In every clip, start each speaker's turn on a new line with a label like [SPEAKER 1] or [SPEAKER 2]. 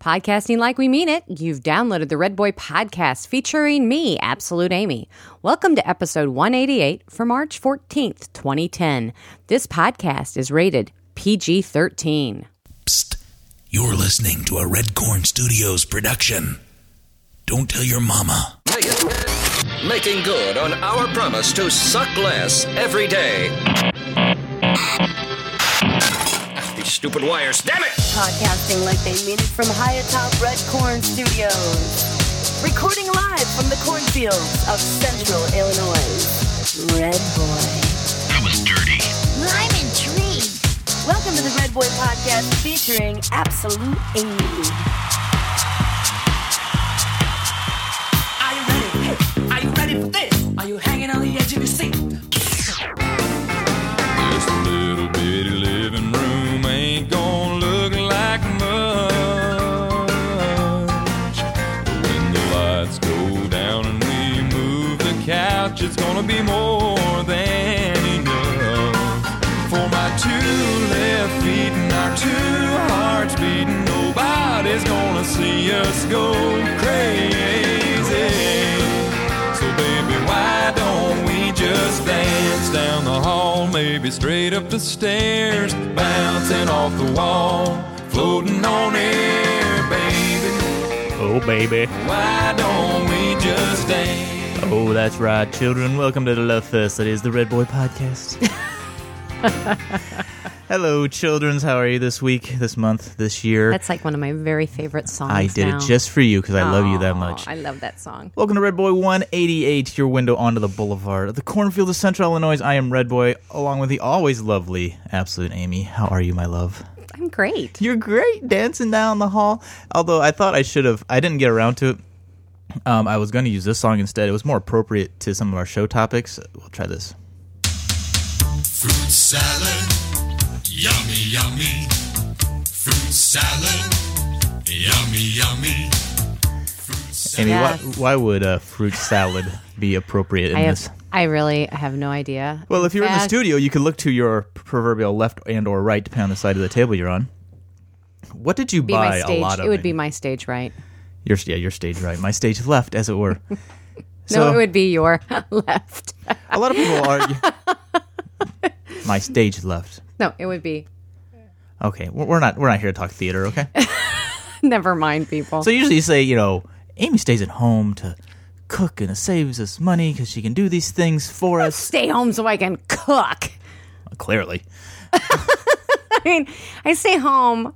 [SPEAKER 1] Podcasting like we mean it, you've downloaded the Red Boy podcast featuring me, Absolute Amy. Welcome to episode 188 for March 14th, 2010. This podcast is rated PG 13.
[SPEAKER 2] Psst. You're listening to a Red Corn Studios production. Don't tell your mama.
[SPEAKER 3] Making good on our promise to suck less every day. Ah, These stupid wires, damn it!
[SPEAKER 4] Podcasting like they mean it from high atop Red Corn Studios. Recording live from the cornfields of central Illinois. Red Boy.
[SPEAKER 2] That was dirty.
[SPEAKER 5] I'm intrigued.
[SPEAKER 4] Welcome to the Red Boy Podcast featuring Absolute Amy.
[SPEAKER 6] Are you ready? Hey, are you ready for this? Are you hanging on the edge of your seat?
[SPEAKER 7] This little bitty living room ain't gonna look like much. But when the lights go down and we move the couch, it's gonna be more than enough. For my two left feet and our two hearts beating, nobody's gonna see us go crazy. So baby, why don't we just dance down the hall, maybe straight up the stairs, bouncing off the wall, floating on air, baby.
[SPEAKER 8] Oh, baby.
[SPEAKER 7] Why don't we just dance?
[SPEAKER 8] Oh, that's right, children. Welcome to the Love Fest. That is the Red Boy Podcast. Hello, childrens. How are you this week, this month, this year?
[SPEAKER 1] That's like one of my very favorite songs.
[SPEAKER 8] I did
[SPEAKER 1] now.
[SPEAKER 8] it just for you because I love you that
[SPEAKER 1] Aw,
[SPEAKER 8] much.
[SPEAKER 1] I love that song.
[SPEAKER 8] Welcome to Red Boy 188, your window onto the boulevard of the cornfield of central Illinois. I am Red Boy, along with the always lovely Absolute Amy. How are you, my love?
[SPEAKER 1] I'm great.
[SPEAKER 8] You're great dancing down the hall. Although I thought I should have, I didn't get around to it. Um, I was going to use this song instead. It was more appropriate to some of our show topics. We'll try this.
[SPEAKER 2] Fruit salad. Yummy, yummy. Fruit salad. Yummy, yummy.
[SPEAKER 8] Amy,
[SPEAKER 1] Yes.
[SPEAKER 8] why, why would a fruit salad be appropriate in
[SPEAKER 1] I
[SPEAKER 8] this?
[SPEAKER 1] have. I really have no idea.
[SPEAKER 8] Well, if you're in the
[SPEAKER 1] fact-
[SPEAKER 8] studio, you could look to your proverbial left and or right, depending on the side of the table you're on. What did you
[SPEAKER 1] Be
[SPEAKER 8] buy
[SPEAKER 1] my stage.
[SPEAKER 8] a lot of?
[SPEAKER 1] it would
[SPEAKER 8] Amy?
[SPEAKER 1] be my stage right.
[SPEAKER 8] your yeah, your stage right, my stage left, as it were.
[SPEAKER 1] no, it would be your left.
[SPEAKER 8] A lot of people are my stage left.
[SPEAKER 1] No, it would be.
[SPEAKER 8] Okay, we're we're not we're not here to talk theater. Okay,
[SPEAKER 1] Never mind, people.
[SPEAKER 8] so usually you say you know Amy stays at home to cook and it saves us money because she can do these things for us.
[SPEAKER 1] stay home so I can cook.
[SPEAKER 8] Clearly,
[SPEAKER 1] I mean, I stay home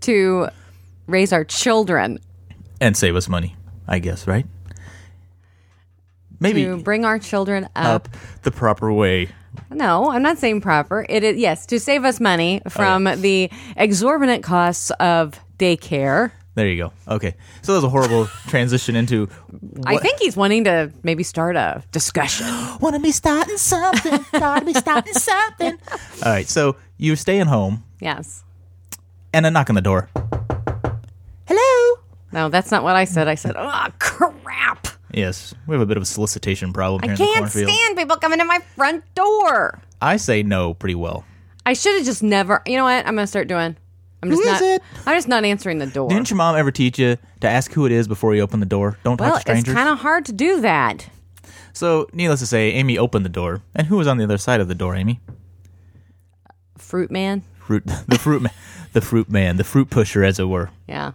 [SPEAKER 1] to raise our children,
[SPEAKER 8] and save us money, I guess. Right? Maybe
[SPEAKER 1] to bring our children up.
[SPEAKER 8] up the proper way.
[SPEAKER 1] No, I'm not saying proper. It is yes to save us money from
[SPEAKER 8] Oh.
[SPEAKER 1] the exorbitant costs of daycare.
[SPEAKER 8] There you go. Okay, so that was a horrible transition into.
[SPEAKER 1] I think he's wanting to maybe start a discussion.
[SPEAKER 8] Want to be starting something? Gotta be starting something. All right, so you're staying home,
[SPEAKER 1] yes.
[SPEAKER 8] and a knock on the door. Hello.
[SPEAKER 1] No, that's not what I said. I said, oh crap!
[SPEAKER 8] Yes, we have a bit of a solicitation problem here
[SPEAKER 1] I
[SPEAKER 8] in the
[SPEAKER 1] can't
[SPEAKER 8] cornfield.
[SPEAKER 1] stand people coming to my front door.
[SPEAKER 8] I say no pretty well.
[SPEAKER 1] I should have just never. You know what? I'm gonna start doing. I'm just
[SPEAKER 8] Who is
[SPEAKER 1] not.
[SPEAKER 8] it?
[SPEAKER 1] I'm just not answering the door.
[SPEAKER 8] Didn't your mom ever teach you to ask who it is before you open the door? Don't
[SPEAKER 1] well,
[SPEAKER 8] touch
[SPEAKER 1] it's
[SPEAKER 8] strangers.
[SPEAKER 1] kind of hard to do that.
[SPEAKER 8] So, needless to say, Amy opened the door, and who was on the other side of the door? Amy,
[SPEAKER 1] Fruit man.
[SPEAKER 8] fruit, the fruit, man, the fruit man, the fruit pusher, as it were.
[SPEAKER 1] Yeah.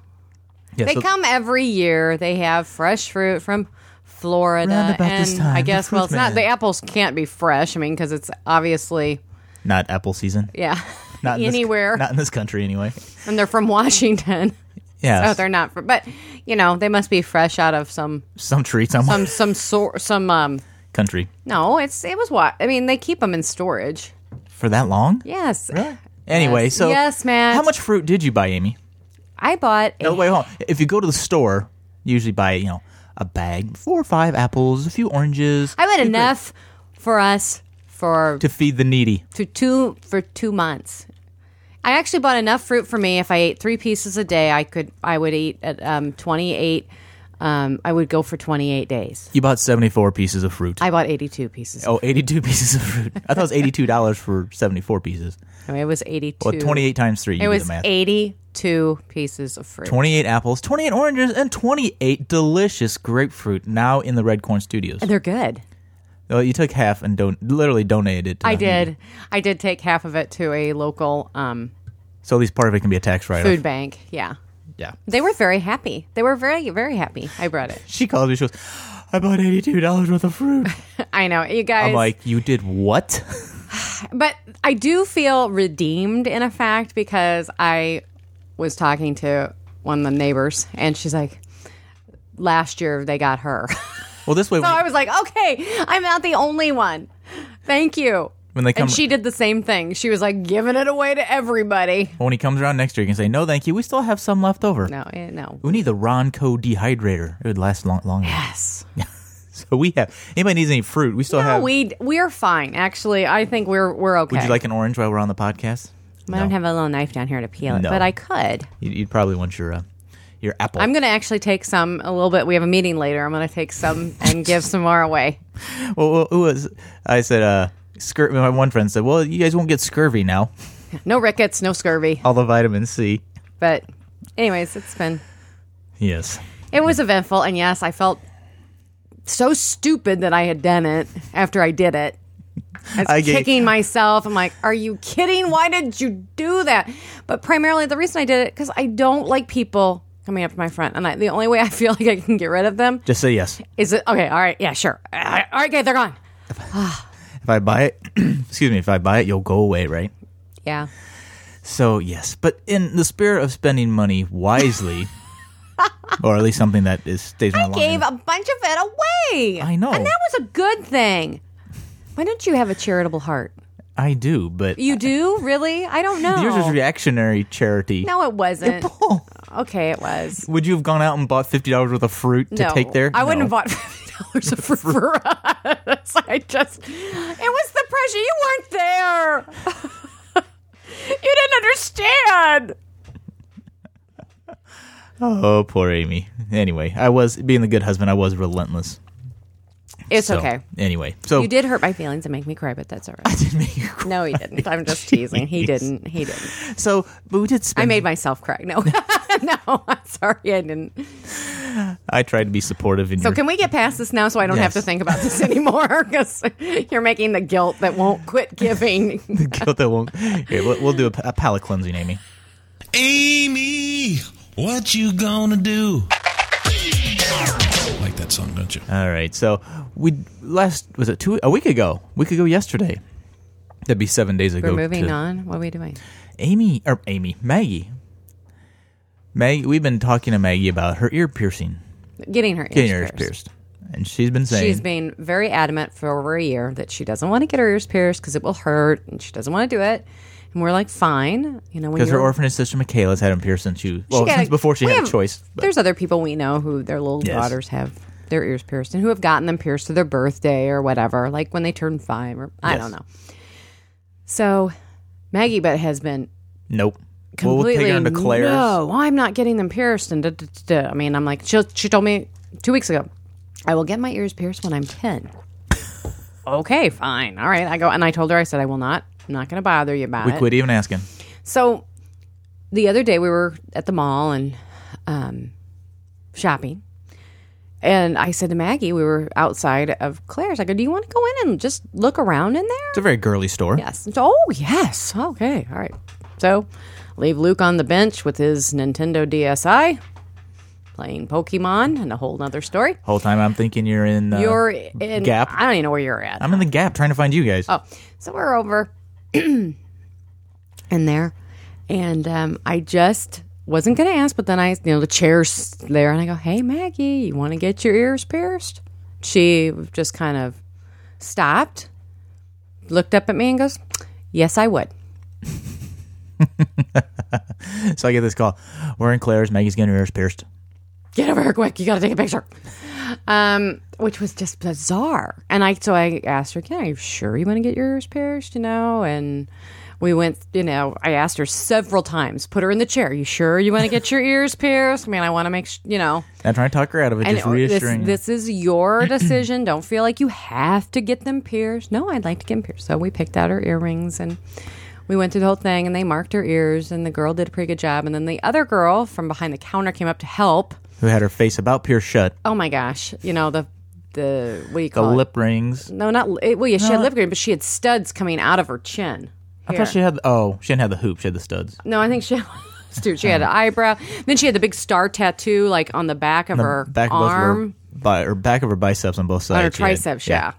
[SPEAKER 8] Yeah,
[SPEAKER 1] They
[SPEAKER 8] so-
[SPEAKER 1] come every year. They have fresh fruit from Florida,
[SPEAKER 8] Round about
[SPEAKER 1] and
[SPEAKER 8] this time,
[SPEAKER 1] I
[SPEAKER 8] the
[SPEAKER 1] guess well, it's
[SPEAKER 8] fruit
[SPEAKER 1] not the
[SPEAKER 8] man.
[SPEAKER 1] apples can't be fresh. I mean, because it's obviously
[SPEAKER 8] Not apple season.
[SPEAKER 1] yeah,
[SPEAKER 8] Not in this-
[SPEAKER 1] anywhere,
[SPEAKER 8] not in this country, anyway.
[SPEAKER 1] and they're from Washington.
[SPEAKER 8] Yeah.
[SPEAKER 1] Oh, they're not, fr- but you know they must be fresh out of some
[SPEAKER 8] some tree, some,
[SPEAKER 1] some some sort some um.
[SPEAKER 8] country
[SPEAKER 1] No, it's it was what I mean. They keep them in storage.
[SPEAKER 8] for that long.
[SPEAKER 1] Yes,
[SPEAKER 8] Anyway,
[SPEAKER 1] Yes.
[SPEAKER 8] so
[SPEAKER 1] Yes, Matt.
[SPEAKER 8] How much fruit did you buy, Amy?
[SPEAKER 1] I bought. A,
[SPEAKER 8] No, wait, hold on. If you go to the store, you usually buy, you know, a bag, four or five apples, a few oranges.
[SPEAKER 1] I bought enough for us for
[SPEAKER 8] to feed the needy.
[SPEAKER 1] to two for two months. I actually bought enough fruit for me. If I ate three pieces a day, I could I would eat at um, twenty eight. Um, I would go for twenty eight days.
[SPEAKER 8] You bought 74 pieces of fruit.
[SPEAKER 1] I bought eighty two pieces.
[SPEAKER 8] oh, 82 pieces of fruit. I thought it was $82 for 74 pieces.
[SPEAKER 1] I mean, it was eighty two.
[SPEAKER 8] Well, 28 times 3. You
[SPEAKER 1] It
[SPEAKER 8] do
[SPEAKER 1] was
[SPEAKER 8] the math.
[SPEAKER 1] eighty two pieces of fruit.
[SPEAKER 8] 28 apples, 28 oranges, and 28 delicious grapefruit now in the Red Corn Studios.
[SPEAKER 1] They're good.
[SPEAKER 8] Oh, you took half and don- literally donated it. To
[SPEAKER 1] I
[SPEAKER 8] them.
[SPEAKER 1] did. I did take half of it to a local um,
[SPEAKER 8] So at least part of it can be a tax write-off.
[SPEAKER 1] food bank. Yeah.
[SPEAKER 8] Yeah.
[SPEAKER 1] They were very happy. They were very, very happy. I brought it.
[SPEAKER 8] She called me. She goes, I bought $82 worth of fruit.
[SPEAKER 1] I know. You guys.
[SPEAKER 8] I'm like, you did what?
[SPEAKER 1] But I do feel redeemed in effect because I was talking to one of the neighbors and she's like, last year they got her.
[SPEAKER 8] Well, this way,
[SPEAKER 1] so I was like, okay, I'm not the only one. Thank you.
[SPEAKER 8] When they come-
[SPEAKER 1] and she did the same thing. She was like giving it away to everybody.
[SPEAKER 8] when he comes around next year, you can say, no, thank you. We still have some left over.
[SPEAKER 1] No, eh, no.
[SPEAKER 8] We need the Ronco dehydrator. It would last long, long.
[SPEAKER 1] Yes.
[SPEAKER 8] So we have, anybody needs any fruit, we still
[SPEAKER 1] No,
[SPEAKER 8] have.
[SPEAKER 1] we we're fine. Actually, I think we're we're okay.
[SPEAKER 8] Would you like an orange while we're on the podcast?
[SPEAKER 1] I don't have a little knife down here to peel it,
[SPEAKER 8] No.
[SPEAKER 1] but I could.
[SPEAKER 8] You- You'd probably want your, uh, your apple.
[SPEAKER 1] I'm going to actually take some a little bit. We have a meeting later. I'm going to take some and give some more away.
[SPEAKER 8] well, well, who was I said uh scur- my one friend said, "Well, you guys won't get scurvy now.
[SPEAKER 1] No rickets, no scurvy.
[SPEAKER 8] All the vitamin C."
[SPEAKER 1] But, anyways, it's been
[SPEAKER 8] Yes.
[SPEAKER 1] it was eventful, and yes, I felt so stupid that I had done it after I did it. I was
[SPEAKER 8] I get-
[SPEAKER 1] kicking myself. I'm like, are you kidding? Why did you do that? But primarily, the reason I did it because I don't like people coming up to my front, and I, the only way I feel like I can get rid of them
[SPEAKER 8] Just say yes.
[SPEAKER 1] is it okay? All right, yeah, sure. All right, okay, they're gone.
[SPEAKER 8] If I buy it, excuse me, if I buy it, you'll go away, right?
[SPEAKER 1] Yeah.
[SPEAKER 8] So, yes. But in the spirit of spending money wisely, or at least something that is stays around long
[SPEAKER 1] gave
[SPEAKER 8] enough-
[SPEAKER 1] a bunch of it away.
[SPEAKER 8] I know.
[SPEAKER 1] And that was a good thing. Why don't you have a charitable heart?
[SPEAKER 8] I do, but
[SPEAKER 1] You do? Really? I don't know.
[SPEAKER 8] yours is reactionary charity.
[SPEAKER 1] no, it wasn't.
[SPEAKER 8] Oh,
[SPEAKER 1] Okay, it was.
[SPEAKER 8] would you have gone out and bought fifty dollars worth of fruit to
[SPEAKER 1] no.
[SPEAKER 8] take there?
[SPEAKER 1] I wouldn't
[SPEAKER 8] No.
[SPEAKER 1] have bought $50 of fruit for us. I just, it was the pressure. You weren't there. you didn't understand.
[SPEAKER 8] Oh, poor Amy. Anyway, I was being the good husband. I was relentless.
[SPEAKER 1] It's
[SPEAKER 8] So,
[SPEAKER 1] okay.
[SPEAKER 8] Anyway, so
[SPEAKER 1] You did hurt my feelings and make me cry, but that's all right.
[SPEAKER 8] did make you cry.
[SPEAKER 1] No, he didn't. I'm just teasing. He didn't. He didn't.
[SPEAKER 8] So, but we did spend.
[SPEAKER 1] I made myself cry. No, no, I'm sorry, I didn't.
[SPEAKER 8] I tried to be supportive in
[SPEAKER 1] So
[SPEAKER 8] your.
[SPEAKER 1] can we get past this now so I don't have
[SPEAKER 8] Yes.
[SPEAKER 1] to think about this anymore? Because you're making the guilt that won't quit giving.
[SPEAKER 8] Guilt that won't. Here, we'll, we'll do a, a palate cleansing, Amy.
[SPEAKER 2] Amy, what you gonna do? like that song, don't you?
[SPEAKER 8] All right. So we last was it two a week ago? A week ago yesterday. That'd be seven days ago.
[SPEAKER 1] We're moving
[SPEAKER 8] to-
[SPEAKER 1] on. What are we doing?
[SPEAKER 8] Amy or Amy Maggie. Maggie, we've been talking to Maggie about her ear piercing,
[SPEAKER 1] Getting her ears,
[SPEAKER 8] getting her ears
[SPEAKER 1] pierced.
[SPEAKER 8] pierced, and she's been saying
[SPEAKER 1] She's been very adamant for over a year that she doesn't want to get her ears pierced because it will hurt, and she doesn't want to do it. And we're like, fine, you know, when
[SPEAKER 8] because her
[SPEAKER 1] you're-
[SPEAKER 8] orphanage sister Michaela's had them pierced since she
[SPEAKER 1] She
[SPEAKER 8] well
[SPEAKER 1] got
[SPEAKER 8] since
[SPEAKER 1] a-
[SPEAKER 8] before she
[SPEAKER 1] we
[SPEAKER 8] had
[SPEAKER 1] have-
[SPEAKER 8] a choice. but-
[SPEAKER 1] There's other people we know who their little
[SPEAKER 8] Yes.
[SPEAKER 1] daughters have their ears pierced and who have gotten them pierced to their birthday or whatever, like when they turn five or I
[SPEAKER 8] Yes.
[SPEAKER 1] don't know. So Maggie Butt has been
[SPEAKER 8] nope. Well, we'll
[SPEAKER 1] completely
[SPEAKER 8] take her into Claire's.
[SPEAKER 1] no, I'm not getting them pierced and da, da, da, da. I mean, I'm like she she told me 2 weeks ago, I will get my ears pierced when I'm 10. okay, fine. All right. I go and I told her I said I will not. I'm not going to bother you about
[SPEAKER 8] We
[SPEAKER 1] it.
[SPEAKER 8] quit even asking.
[SPEAKER 1] So the other day we were at the mall and um, shopping. And I said to Maggie, we were outside of Claire's. I go, Do you want to go in and just look around in there?
[SPEAKER 8] It's a very girly store.
[SPEAKER 1] Yes. And so, oh, yes. Okay. All right. So leave Luke on the bench with his Nintendo DSi playing Pokemon and a whole nother story.
[SPEAKER 8] Whole time I'm thinking you're in. Uh,
[SPEAKER 1] You're in
[SPEAKER 8] Gap.
[SPEAKER 1] I don't even know where you're at.
[SPEAKER 8] I'm in the gap trying to find you guys.
[SPEAKER 1] Oh, so we're over in there, and um, I just wasn't gonna ask, but then I, you know, the chair's there, and I go, "Hey, Maggie, you want to get your ears pierced?" She just kind of stopped, looked up at me, and goes, "Yes, I would."
[SPEAKER 8] So I get this call. We're in Claire's. Maggie's getting her ears pierced.
[SPEAKER 1] get over here quick. You got to take a picture. Um, which was just bizarre. And I, so I asked her, "Can I? Sure, you want to get yours pierced? You know?" And we went, you know, I asked her several times, put her in the chair. You sure you want to get your ears pierced? I mean, I want to make, sh- you know,
[SPEAKER 8] And I'm trying to talk her out of it,
[SPEAKER 1] and
[SPEAKER 8] just
[SPEAKER 1] or this,
[SPEAKER 8] reassuring. her.
[SPEAKER 1] this is your decision. Don't feel like you have to get them pierced. No, I'd like to get them pierced. So we picked out her earrings and We went through the whole thing and they marked her ears and the girl did a pretty good job. And then the other girl from behind the counter came up to help.
[SPEAKER 8] Who had her face about pierced shut?
[SPEAKER 1] Oh my gosh. You know, the, the, what do you
[SPEAKER 8] The
[SPEAKER 1] call it?
[SPEAKER 8] lip rings.
[SPEAKER 1] No, not, it, well, yeah, she had lip green, but she had studs coming out of her chin.
[SPEAKER 8] I thought she had. Oh, she didn't have the hoop. She had the studs.
[SPEAKER 1] No, I think she. Dude, she had an eyebrow. Then she had the big star tattoo, like on the back of her
[SPEAKER 8] back of both of her,
[SPEAKER 1] arm,
[SPEAKER 8] bi- or back of her biceps on both sides.
[SPEAKER 1] on her
[SPEAKER 8] she had-
[SPEAKER 1] triceps. Yeah.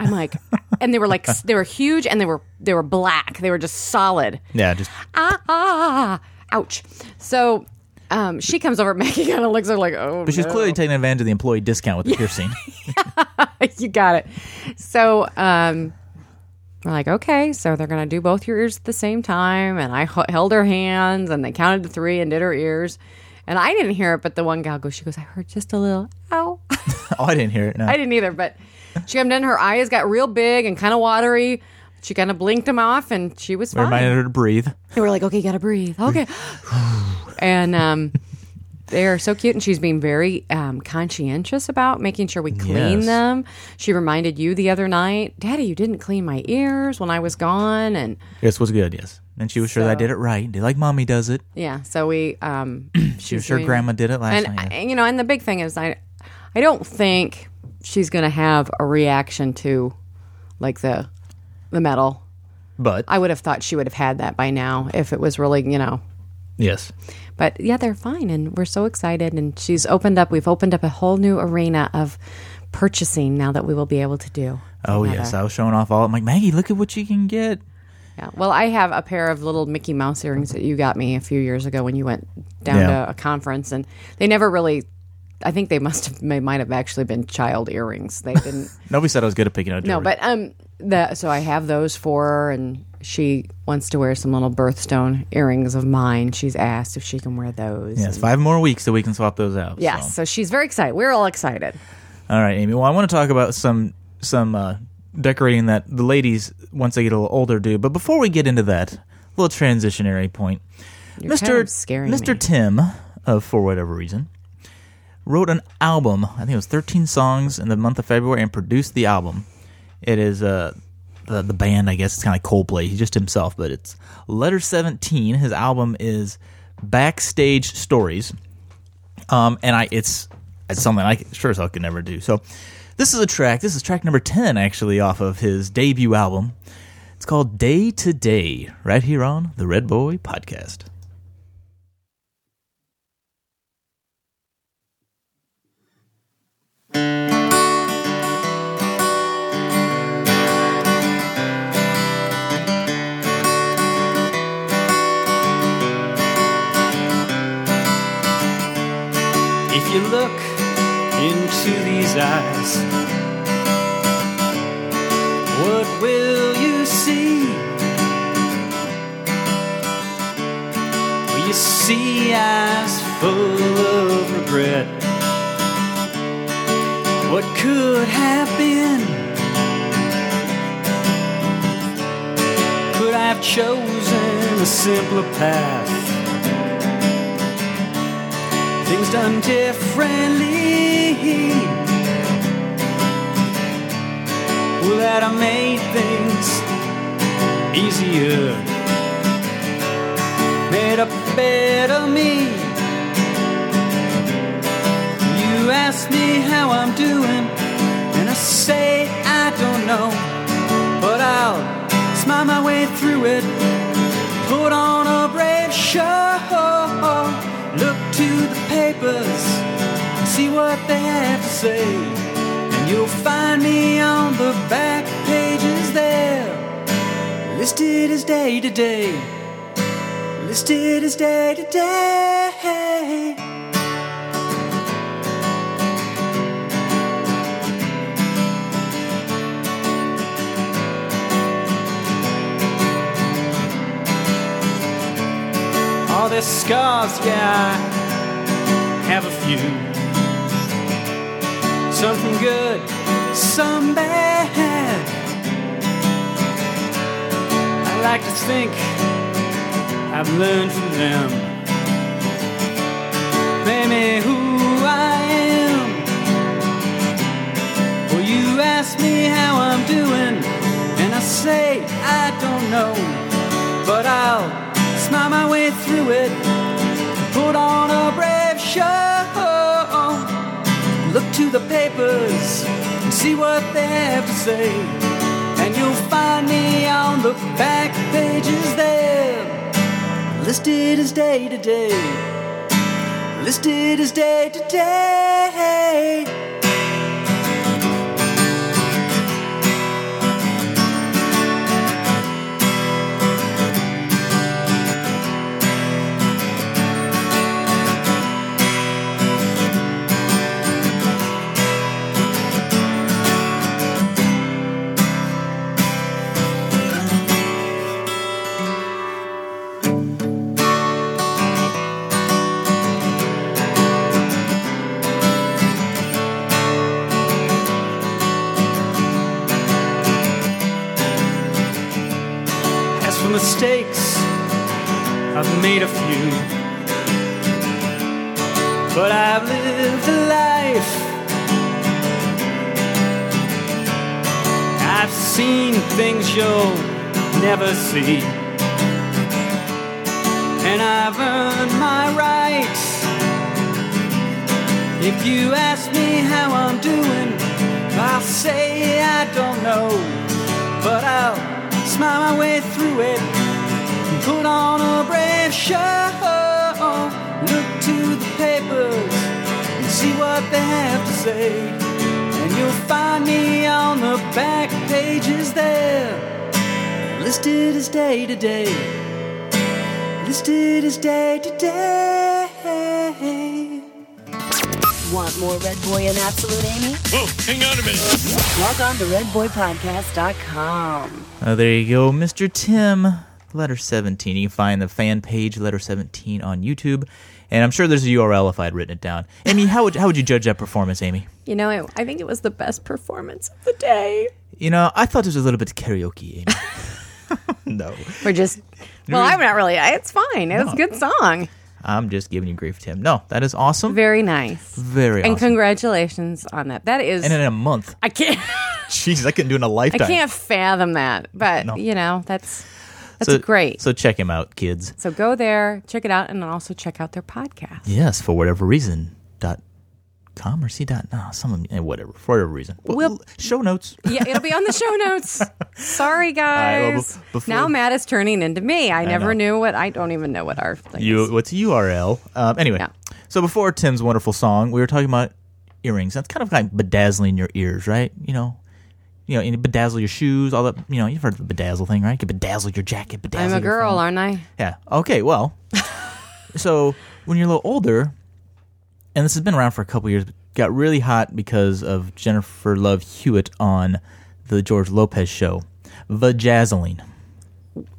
[SPEAKER 1] I'm like, and they were like, they were huge, and they were they were black. They were just solid.
[SPEAKER 8] Yeah, just
[SPEAKER 1] Ah, ah, ouch. So, um, she comes over. Maggie kind of looks at her like, oh,
[SPEAKER 8] But she's
[SPEAKER 1] no.
[SPEAKER 8] clearly taking advantage of the employee discount with the piercing.
[SPEAKER 1] you got it. So um, we're like, okay, so they're gonna do both your ears at the same time, and I h- held her hands, and they counted to three and did her ears, and I didn't hear it, but the one gal goes, she goes, I heard just a little ow.
[SPEAKER 8] oh, I didn't hear it. No.
[SPEAKER 1] I didn't either, but she came in, her eyes got real big and kind of watery. She kind of blinked them off, and she was
[SPEAKER 8] I
[SPEAKER 1] fine.
[SPEAKER 8] reminded her to breathe.
[SPEAKER 1] They were like, okay, you gotta breathe. Okay. and um, they're so cute. And she's being very um, conscientious about making sure we clean
[SPEAKER 8] Yes.
[SPEAKER 1] them. She reminded you the other night, Daddy, you didn't clean my ears when I was gone. And
[SPEAKER 8] This was good. Yes, and she was sure that I did it right. Did like mommy does it.
[SPEAKER 1] yeah, so we, um,
[SPEAKER 8] She was sure grandma did it last
[SPEAKER 1] and,
[SPEAKER 8] night.
[SPEAKER 1] I- you know, and the big thing is, I, I don't think she's gonna have a reaction to like the, the metal.
[SPEAKER 8] but
[SPEAKER 1] I would have thought she would have had that by now if it was really, you know,
[SPEAKER 8] yes,
[SPEAKER 1] But yeah, they're fine, and we're so excited. And she's opened up. We've opened up a whole new arena of purchasing now that we will be able to do.
[SPEAKER 8] oh yes, I was showing off all. I'm like Maggie, look at what you can get.
[SPEAKER 1] Yeah. Well, I have a pair of little Mickey Mouse earrings that you got me a few years ago when you went down
[SPEAKER 8] Yeah.
[SPEAKER 1] to a conference, and they never really. I think they must have. They might have actually been child earrings. They didn't.
[SPEAKER 8] Nobody said I was good at picking out.
[SPEAKER 1] no,
[SPEAKER 8] jewelry.
[SPEAKER 1] but um, the so I have those for her, and she wants to wear some little birthstone earrings of mine. She's asked if she can wear those.
[SPEAKER 8] yes, five more weeks so we can swap those out.
[SPEAKER 1] Yes,
[SPEAKER 8] so.
[SPEAKER 1] so she's very excited. We're all excited.
[SPEAKER 8] All right, Amy. Well, I want to talk about some some uh, decorating that the ladies once they get a little older do. But before we get into that, a little transitionary point.
[SPEAKER 1] You're kind of scaring
[SPEAKER 8] Mr.
[SPEAKER 1] me.
[SPEAKER 8] Tim, of for whatever reason, wrote an album. I think it was 13 songs in the month of February and produced the album. It is uh, the the band, I guess it's kind of Coldplay. He's just himself, but it's Letter 17. His album is Backstage Stories. Um, and I it's it's something I could- sure as hell could never do. So this is a track. This is track number 10 actually off of his debut album. It's called Day to Day, right here on the Red Boy Podcast.
[SPEAKER 9] If you look into these eyes, what will you see? Will you see eyes full of regret? What could have been? Could I have chosen a simpler path? things done differently. Will that have made things easier? Made a better me. You ask me how I'm doing, and I say I don't know. But I'll smile my way through it put on a brave show. Look to the papers, see what they have to say, and you'll find me on the back pages there. Listed as day to day, listed as day to day. All their scars, yeah, I have a few. Some from good, some bad. I like to think I've learned from them. Maybe who I am. Well, you ask me how I'm doing, and I say I don't know. through it. Put on a brave show. Look to the papers and see what they have to say. And you'll find me on the back pages there. Listed as day to day. Listed as day to day. As for mistakes, I've made a few. But I've lived a life. I've seen things you'll never see. And I've earned my rights. If you ask me how I'm doing, I'll say I don't know but I'll smile my way through it and put on a brave show. Look to the papers and see what they have to say, and you'll find me on the back pages there, listed as day to day, listed as day to day.
[SPEAKER 4] Want more Red Boy and Absolute Amy?
[SPEAKER 10] Whoa, hang on a minute.
[SPEAKER 4] Log on to redboypodcast.com.
[SPEAKER 8] Uh, there you go, Mr. Tim, letter 17. You can find the fan page, letter 17, on YouTube. And I'm sure there's a URL if I had written it down. Amy, how would, how would you judge that performance, Amy?
[SPEAKER 1] You know, it, I think it was the best performance of the day.
[SPEAKER 8] You know, I thought it was a little bit karaoke, Amy. no.
[SPEAKER 1] We're just, well, I'm not really, I- it's fine. It was a good song.
[SPEAKER 8] I'm just giving you grief, Tim. No, that is awesome. Very,
[SPEAKER 1] Very nice. And
[SPEAKER 8] awesome.
[SPEAKER 1] congratulations on that. That is,
[SPEAKER 8] and in a month.
[SPEAKER 1] I can't,
[SPEAKER 8] Jeez, I couldn't do it in a
[SPEAKER 1] I
[SPEAKER 8] lifetime.
[SPEAKER 1] can't fathom that. But,
[SPEAKER 8] No.
[SPEAKER 1] you know, that's, that's
[SPEAKER 8] So-
[SPEAKER 1] great.
[SPEAKER 8] So check him out, kids.
[SPEAKER 1] So go there, check it out, and also check out their podcast.
[SPEAKER 8] Yes, for whatever reason. Dot com or c dot no, some of eh, whatever for whatever reason.
[SPEAKER 1] We'll-
[SPEAKER 8] show notes.
[SPEAKER 1] Yeah, it'll be on the show notes. Sorry,
[SPEAKER 8] right, well,
[SPEAKER 1] guys.
[SPEAKER 8] be- before-
[SPEAKER 1] now Matt is turning into me. I, never
[SPEAKER 8] know.
[SPEAKER 1] knew what. I don't even know what our thing is.
[SPEAKER 8] You what's a URL? Um, anyway,
[SPEAKER 1] Yeah.
[SPEAKER 8] so before Tim's wonderful song, we were talking about earrings. That's kind of like bedazzling your ears, right? You know, you know, and you bedazzle your shoes, all that. You know, you've heard of the bedazzle thing, right? You can bedazzle your jacket, bedazzle.
[SPEAKER 1] I'm a
[SPEAKER 8] your
[SPEAKER 1] girl, aren't
[SPEAKER 8] phone.
[SPEAKER 1] I?
[SPEAKER 8] Yeah. Okay. Well, so when you're a little older, and this has been around for a couple years, but got really hot because of Jennifer Love Hewitt on the George Lopez show, Vajazzling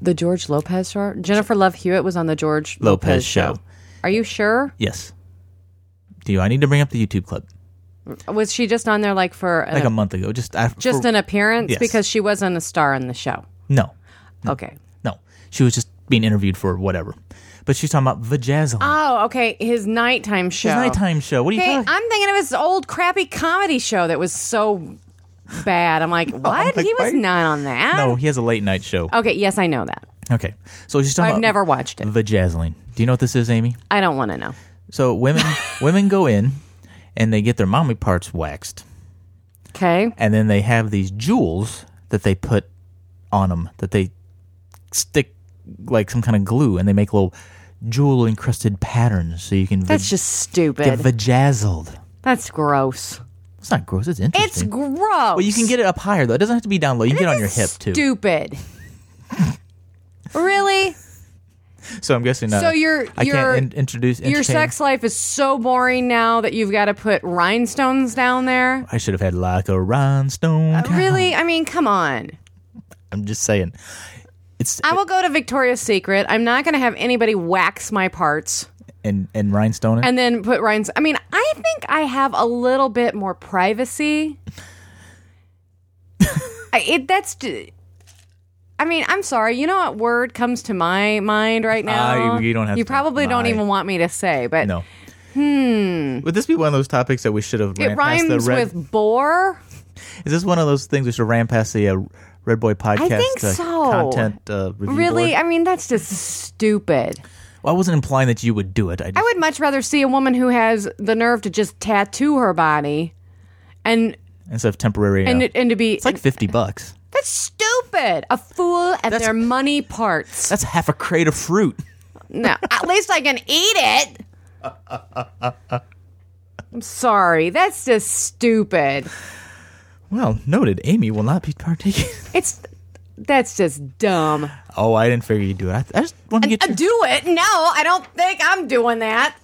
[SPEAKER 1] The George Lopez show. Jennifer Love Hewitt was on the George
[SPEAKER 8] Lopez, show.
[SPEAKER 1] Are you sure?
[SPEAKER 8] Yes. Do I need to bring up the YouTube clip?
[SPEAKER 1] Was she just on there like for an,
[SPEAKER 8] Like a month ago, just I,
[SPEAKER 1] just
[SPEAKER 8] for-
[SPEAKER 1] an appearance
[SPEAKER 8] Yes.
[SPEAKER 1] because she wasn't a star in the show?
[SPEAKER 8] no,
[SPEAKER 1] Okay.
[SPEAKER 8] no. She was just being interviewed for whatever, but she's talking about Vajazzling.
[SPEAKER 1] Oh, okay. His nighttime show.
[SPEAKER 8] It's a nighttime show. What do you
[SPEAKER 1] Okay,
[SPEAKER 8] talking?
[SPEAKER 1] I'm thinking of his old crappy comedy show that was so bad. I'm like, what?
[SPEAKER 8] Oh, like,
[SPEAKER 1] he was
[SPEAKER 8] why-
[SPEAKER 1] not on that.
[SPEAKER 8] no, he has a late night show.
[SPEAKER 1] Okay, yes, I know that.
[SPEAKER 8] Okay, so she's talking.
[SPEAKER 1] Oh. I've
[SPEAKER 8] about
[SPEAKER 1] never watched it.
[SPEAKER 8] Vajazzling. Do you know what this is, Amy?
[SPEAKER 1] I don't want to know.
[SPEAKER 8] So women women go in and they get their mommy parts waxed,
[SPEAKER 1] Okay.
[SPEAKER 8] and then they have these jewels that they put on them that they stick like some kind of glue, and they make little jewel encrusted patterns so you can
[SPEAKER 1] That's
[SPEAKER 8] va-
[SPEAKER 1] just
[SPEAKER 8] get
[SPEAKER 1] stupid.
[SPEAKER 8] vajazzled.
[SPEAKER 1] That's gross.
[SPEAKER 8] It's not gross. It's
[SPEAKER 1] It's
[SPEAKER 8] interesting.
[SPEAKER 1] gross.
[SPEAKER 8] well, you can get it up higher though. It doesn't have to be down low. You can get it on your hip too.
[SPEAKER 1] Stupid. really?
[SPEAKER 8] So I'm guessing. Uh,
[SPEAKER 1] So your-
[SPEAKER 8] I
[SPEAKER 1] your-
[SPEAKER 8] can't in- introduce
[SPEAKER 1] Your
[SPEAKER 8] entertain-
[SPEAKER 1] sex life is so boring now that you've got to put rhinestones down there?
[SPEAKER 8] I should have had like a rhinestone. town.
[SPEAKER 1] Oh, Really? I mean, come on.
[SPEAKER 8] I'm just saying. It's
[SPEAKER 1] I will go to Victoria's Secret. I'm not going to have anybody wax my parts.
[SPEAKER 8] and and rhinestone. it.
[SPEAKER 1] and then put Ryan's. I mean, I think I have a little bit more privacy. I, it that's. d- I mean, I'm sorry. You know what word comes to my mind right now?
[SPEAKER 8] Ah, you- you don't have
[SPEAKER 1] You
[SPEAKER 8] to-
[SPEAKER 1] probably don't
[SPEAKER 8] my-
[SPEAKER 1] even want me to say, but
[SPEAKER 8] No. Hmm. Would this be one of those topics that we should have
[SPEAKER 1] it
[SPEAKER 8] ran past the
[SPEAKER 1] rhymes
[SPEAKER 8] red?
[SPEAKER 1] with bore.
[SPEAKER 8] is this one of those things we should ran past the uh, Red Boy podcast
[SPEAKER 1] think
[SPEAKER 8] uh,
[SPEAKER 1] so.
[SPEAKER 8] content uh, review
[SPEAKER 1] Really? I
[SPEAKER 8] board?
[SPEAKER 1] mean, that's just stupid.
[SPEAKER 8] Well, I wasn't implying that you would do it. I,
[SPEAKER 1] I would much rather see a woman who has the nerve to just tattoo her body, and
[SPEAKER 8] instead of temporary.
[SPEAKER 1] and
[SPEAKER 8] uh,
[SPEAKER 1] and to be
[SPEAKER 8] it's like fifty bucks.
[SPEAKER 1] that's stupid. A fool and
[SPEAKER 8] That's-
[SPEAKER 1] their money parts.
[SPEAKER 8] That's half a crate of fruit.
[SPEAKER 1] No, at least I can eat it. I'm sorry. That's just stupid.
[SPEAKER 8] Well, noted. Amy will not be partaking.
[SPEAKER 1] It's that's just dumb.
[SPEAKER 8] oh, I didn't figure you'd do it. I, I just wanted to
[SPEAKER 1] And,
[SPEAKER 8] get.
[SPEAKER 1] uh,
[SPEAKER 8] your-
[SPEAKER 1] do it? No, I don't think I'm doing that.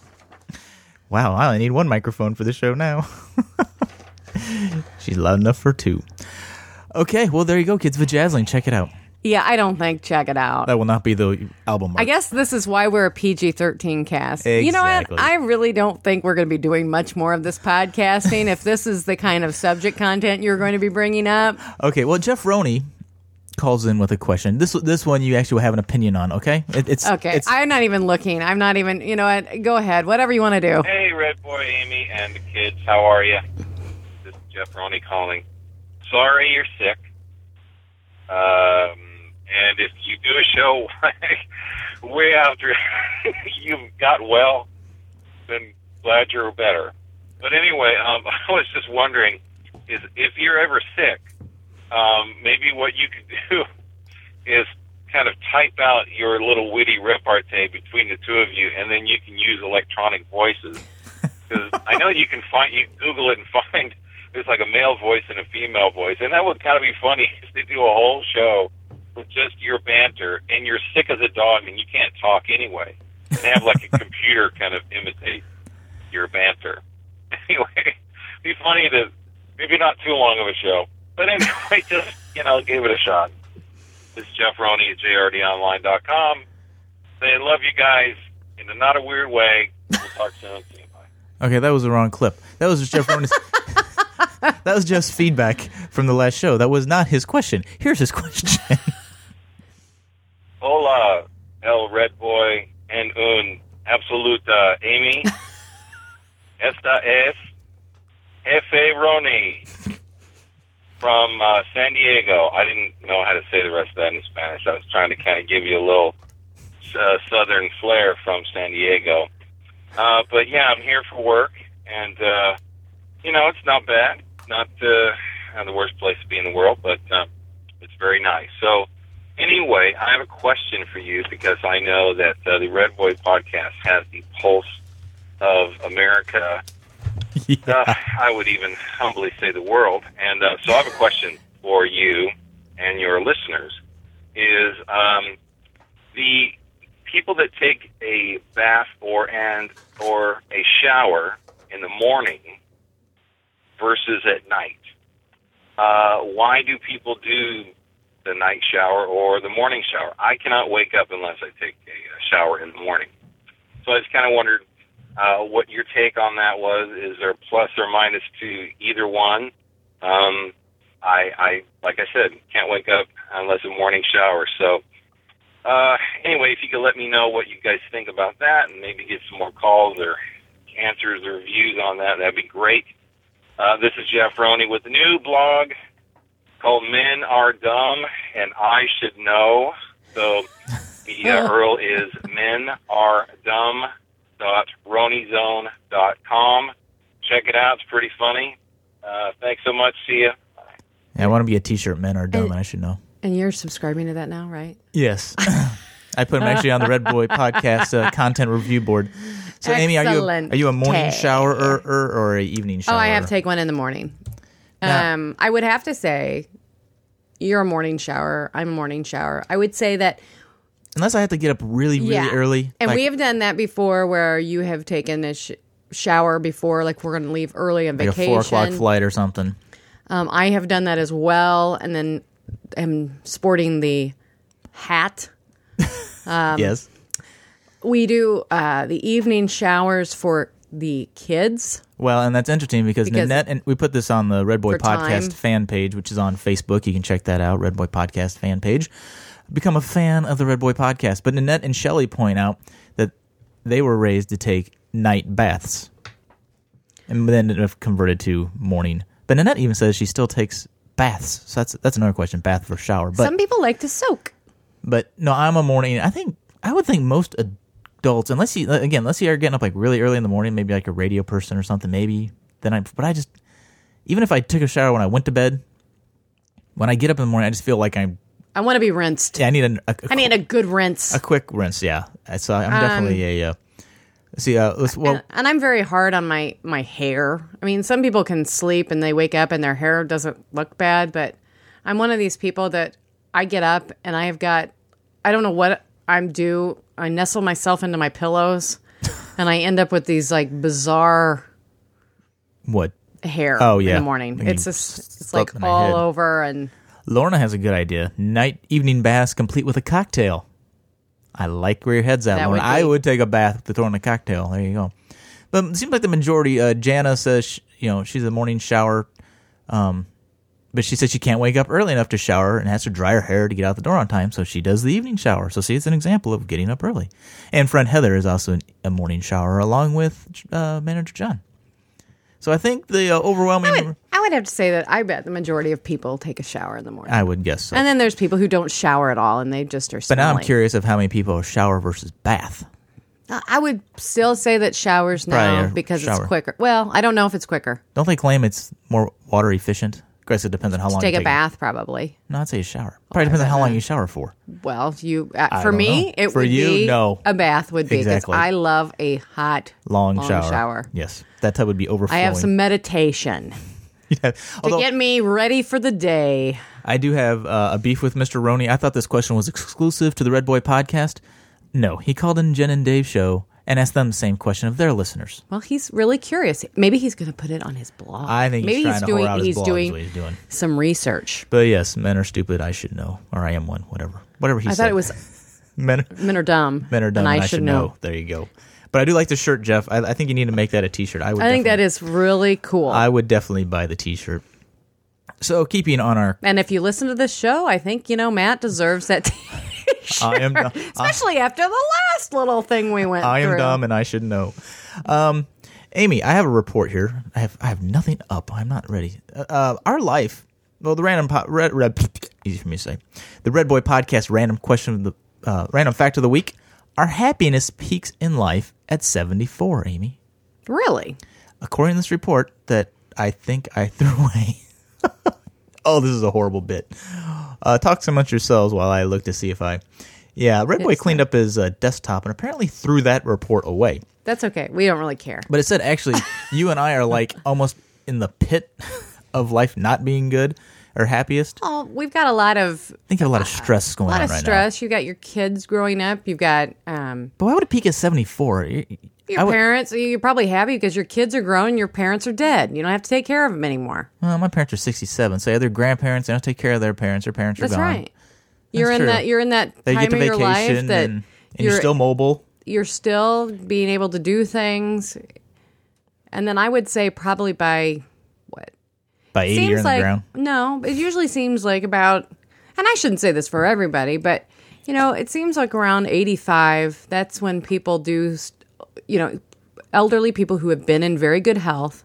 [SPEAKER 8] Wow, I only need one microphone for the show now. She's loud enough for two. Okay, well there you go, kids. Vajazzling, check it out.
[SPEAKER 1] Yeah, I don't think. Check it out.
[SPEAKER 8] That will not be the album. Mark.
[SPEAKER 1] I guess this is why we're a PG 13 cast. You know
[SPEAKER 8] Exactly.
[SPEAKER 1] what? I really don't think we're going to be doing much more of this podcasting if this is the kind of subject content you're going to be bringing up.
[SPEAKER 8] Okay, well Jeff Roney calls in with a question. This this one you actually will have an opinion on. Okay, it, it's
[SPEAKER 1] Okay.
[SPEAKER 8] It's,
[SPEAKER 1] I'm not even looking. I'm not even, you know what? Go ahead. Whatever you want to do.
[SPEAKER 10] Hey, Red Boy Amy and the kids, how are you? This is Jeff Roney calling. Sorry you're sick. Um, and if you do a show way after you've got well, then glad you're better. But anyway, um, I was just wondering is if you're ever sick, um, maybe what you could do is kind of type out your little witty repartee between the two of you, and then you can use electronic voices. Because I know you can find, you Google it and find there's like a male voice and a female voice, and that would kind of be funny if they do a whole show with just your banter, and you're sick as a dog and you can't talk anyway, and have like a computer kind of imitate your banter. Anyway, be funny to maybe not too long of a show, but anyway, just you know, give it a shot. This is Jeff Roney at jrdonline.com. Saying love you guys in a not a weird way. We'll talk soon. See you. Bye.
[SPEAKER 8] okay, that was the wrong clip. That was Jeff Roney's. that was Jeff's feedback from the last show. That was not his question. Here's his question.
[SPEAKER 10] Hola, el red boy en un absoluta Amy. Esta es Jefe Roney from uh, San Diego. I didn't know how to say the rest of that in Spanish. I was trying to kind of give you a little uh, southern flair from San Diego. Uh, but yeah, I'm here for work, and uh, you know it's not bad. Not uh, not the worst place to be in the world, but uh, it's very nice. So anyway, I have a question for you because I know that uh, the Red Boy podcast has the pulse of America. Uh, I would even humbly say the world. And uh, so I have a question for you and your listeners: is um, the people that take a bath or and or a shower in the morning versus at night? Uh, why do people do the night shower or the morning shower? I cannot wake up unless I take a uh, shower in the morning. So I just kind of wondered uh, what your take on that was. Is there a plus or minus to either one? Um, I, I, like I said, can't wake up unless a morning shower. So uh, anyway, if you could let me know what you guys think about that, and maybe get some more calls or answers or views on that, that'd be great. Uh, this is Jeff Roney with a new blog called Men Are Dumb and I Should Know. So the uh, URL is menaredumb.roneyzone.com. Check it out. It's pretty funny. Uh, thanks so much. See ya.
[SPEAKER 8] yeah, I want to be a T-shirt. Men are dumb, and I should know.
[SPEAKER 1] And you're subscribing to that now, right?
[SPEAKER 8] Yes. I put him actually on the Red Boy podcast uh, content review board. So, Amy, are you
[SPEAKER 1] Excellent
[SPEAKER 8] are you a morning
[SPEAKER 1] tag.
[SPEAKER 8] shower or or a evening shower?
[SPEAKER 1] Oh, I have to take one in the morning.
[SPEAKER 8] Yeah.
[SPEAKER 1] Um, I would have to say you're a morning shower. I'm a morning shower. I would say that
[SPEAKER 8] Unless I have to get up really really
[SPEAKER 1] yeah,
[SPEAKER 8] early.
[SPEAKER 1] And
[SPEAKER 8] like-
[SPEAKER 1] we have done that before, where you have taken a sh- shower before, like we're going to leave early on
[SPEAKER 8] like a
[SPEAKER 1] vacation.
[SPEAKER 8] four o'clock flight or something.
[SPEAKER 1] Um, I have done that as well, and then am sporting the hat. Um,
[SPEAKER 8] yes.
[SPEAKER 1] We do uh, the evening showers for the kids.
[SPEAKER 8] Well, and that's interesting because,
[SPEAKER 1] Because-
[SPEAKER 8] Nanette and we put this on the Red Boy
[SPEAKER 1] For time.
[SPEAKER 8] Podcast fan page, which is on Facebook. You can check that out, Red Boy Podcast fan page. Become a fan of the Red Boy Podcast. But Nanette and Shelley point out that they were raised to take night baths, and then have converted to morning. But Nanette even says she still takes baths. So that's that's another question: bath versus shower. But
[SPEAKER 1] Some people like to soak.
[SPEAKER 8] but no, I'm a morning. I think I would think most ad- adults, unless you again, unless you are getting up like really early in the morning, maybe like a radio person or something, maybe then I. But I just even if I took a shower when I went to bed, when I get up in the morning, I just feel like I'm.
[SPEAKER 1] I want to be rinsed.
[SPEAKER 8] Yeah, I need a, a, a
[SPEAKER 1] I need a good rinse.
[SPEAKER 8] a quick rinse. Yeah, so I'm definitely a yeah. See, uh, let's, well,
[SPEAKER 1] and, and I'm very hard on my my hair. I mean, some people can sleep and they wake up and their hair doesn't look bad, but I'm one of these people that I get up and I have got I don't know what I'm due. I nestle myself into my pillows and I end up with these like bizarre
[SPEAKER 8] what?
[SPEAKER 1] hair
[SPEAKER 8] Oh,
[SPEAKER 1] in
[SPEAKER 8] yeah.
[SPEAKER 1] the morning.
[SPEAKER 8] And
[SPEAKER 1] It's
[SPEAKER 8] you
[SPEAKER 1] just it's
[SPEAKER 8] stuck
[SPEAKER 1] like
[SPEAKER 8] in my
[SPEAKER 1] all
[SPEAKER 8] head.
[SPEAKER 1] over and
[SPEAKER 8] Lorna has a good idea. Night evening baths complete with a cocktail. I like where your head's at,
[SPEAKER 1] That
[SPEAKER 8] Lorna.
[SPEAKER 1] would
[SPEAKER 8] I
[SPEAKER 1] be-
[SPEAKER 8] would take a bath to throw in a cocktail. There you go. But it seems like the majority. Uh, Jana says, sh you know, she's a morning shower, um, but she says she can't wake up early enough to shower and has to dry her hair to get out the door on time. So she does the evening shower. So see, it's an example of getting up early. And friend Heather is also an, a morning shower along with uh, manager John. So I think the uh, overwhelming.
[SPEAKER 1] I would, I would have to say that I bet the majority of people take a shower in the morning.
[SPEAKER 8] I would guess. So.
[SPEAKER 1] and then there's people who don't shower at all and they just are
[SPEAKER 8] But now I'm
[SPEAKER 1] smelly.
[SPEAKER 8] curious of how many people shower versus bath.
[SPEAKER 1] Uh, I would still say that showers now
[SPEAKER 8] Probably a
[SPEAKER 1] because
[SPEAKER 8] shower.
[SPEAKER 1] it's quicker. Well, I don't know if it's quicker.
[SPEAKER 8] Don't they claim it's more water efficient? I guess it depends on how long
[SPEAKER 1] Take
[SPEAKER 8] you
[SPEAKER 1] a bath Oh, probably.
[SPEAKER 8] No, I'd say a shower. Probably depends on how long you shower for.
[SPEAKER 1] Well, you uh,
[SPEAKER 8] I
[SPEAKER 1] for
[SPEAKER 8] don't
[SPEAKER 1] me
[SPEAKER 8] know.
[SPEAKER 1] it
[SPEAKER 8] For
[SPEAKER 1] would
[SPEAKER 8] you,
[SPEAKER 1] be
[SPEAKER 8] no.
[SPEAKER 1] a bath would be because
[SPEAKER 8] Exactly.
[SPEAKER 1] I love a hot
[SPEAKER 8] Long,
[SPEAKER 1] shower.
[SPEAKER 8] shower. Yes, that tub would be
[SPEAKER 1] I
[SPEAKER 8] overflowing.
[SPEAKER 1] have some meditation
[SPEAKER 8] Yeah.
[SPEAKER 1] to
[SPEAKER 8] Although
[SPEAKER 1] get me ready for the day.
[SPEAKER 8] I do have uh, a beef with Mr. Roney. I thought this question was exclusive to the Red Boy podcast. No, he called in Jen and Dave show and asked them the same question of their listeners.
[SPEAKER 1] Well, he's really curious. Maybe he's going to put it on his blog.
[SPEAKER 8] I think
[SPEAKER 1] maybe
[SPEAKER 8] he's trying to
[SPEAKER 1] doing
[SPEAKER 8] whore out his
[SPEAKER 1] he's
[SPEAKER 8] blog is
[SPEAKER 1] doing
[SPEAKER 8] what he's doing.
[SPEAKER 1] some research.
[SPEAKER 8] But yes, men are stupid. I should know, or I am one. Whatever, whatever he
[SPEAKER 1] I
[SPEAKER 8] said.
[SPEAKER 1] thought it was
[SPEAKER 8] men.
[SPEAKER 1] men are dumb.
[SPEAKER 8] men are dumb
[SPEAKER 1] and
[SPEAKER 8] and I, should know. There you go. But I do like the shirt, Jeff. I, I think you need to make that a T-shirt. I would.
[SPEAKER 1] I think that
[SPEAKER 8] definitely-
[SPEAKER 1] is really cool.
[SPEAKER 8] I would definitely buy the T-shirt. So keeping on our,
[SPEAKER 1] and if you listen to this show, I think you know Matt deserves that
[SPEAKER 8] I
[SPEAKER 1] T-shirt,
[SPEAKER 8] am, dumb, I,
[SPEAKER 1] especially after the last little thing we went
[SPEAKER 8] I
[SPEAKER 1] through.
[SPEAKER 8] am dumb, and I should know. Um, Amy, I have a report here. I have I have nothing up. I'm not ready. Uh, Uh, our life. Well, the random po- red red easy for me to say. The Red Boy Podcast random question of the uh, random fact of the week. Our happiness peaks in life at 74. Amy.
[SPEAKER 1] Really?
[SPEAKER 8] according to this report that I think I threw away. oh, this is a horrible bit. Uh, talk so much yourselves while I look to see if I. Yeah, Red Boy cleaned up his uh, desktop and apparently threw that report away.
[SPEAKER 1] That's okay. We don't really care.
[SPEAKER 8] But it said actually, you and I are like almost in the pit of life not being good or happiest. I
[SPEAKER 1] Oh, we've got a lot of
[SPEAKER 8] think I have a lot of stress going
[SPEAKER 1] a lot
[SPEAKER 8] on
[SPEAKER 1] of
[SPEAKER 8] right now.
[SPEAKER 1] stress. You got your kids growing up. You've got um,
[SPEAKER 8] But why would it peak at 74? Your
[SPEAKER 1] your parents. You're probably happy because your kids are grown. and Your parents are dead. You don't have to take care of them anymore.
[SPEAKER 8] well, my parents are 67, so yeah, their grandparents, they don't take care of their parents. Their parents are
[SPEAKER 1] That's
[SPEAKER 8] gone.
[SPEAKER 1] right. You're in
[SPEAKER 8] true.
[SPEAKER 1] that. You're in that
[SPEAKER 8] They
[SPEAKER 1] time
[SPEAKER 8] get to
[SPEAKER 1] of your
[SPEAKER 8] vacation
[SPEAKER 1] life
[SPEAKER 8] and,
[SPEAKER 1] that
[SPEAKER 8] and
[SPEAKER 1] you're,
[SPEAKER 8] you're still mobile.
[SPEAKER 1] you're still being able to do things. And then I would say probably by what
[SPEAKER 8] by 80 year in
[SPEAKER 1] seems
[SPEAKER 8] the
[SPEAKER 1] like
[SPEAKER 8] ground.
[SPEAKER 1] no, it usually seems like about. And I shouldn't say this for everybody, but you know, it seems like around eighty-five. That's when people do, st- you know, elderly people who have been in very good health.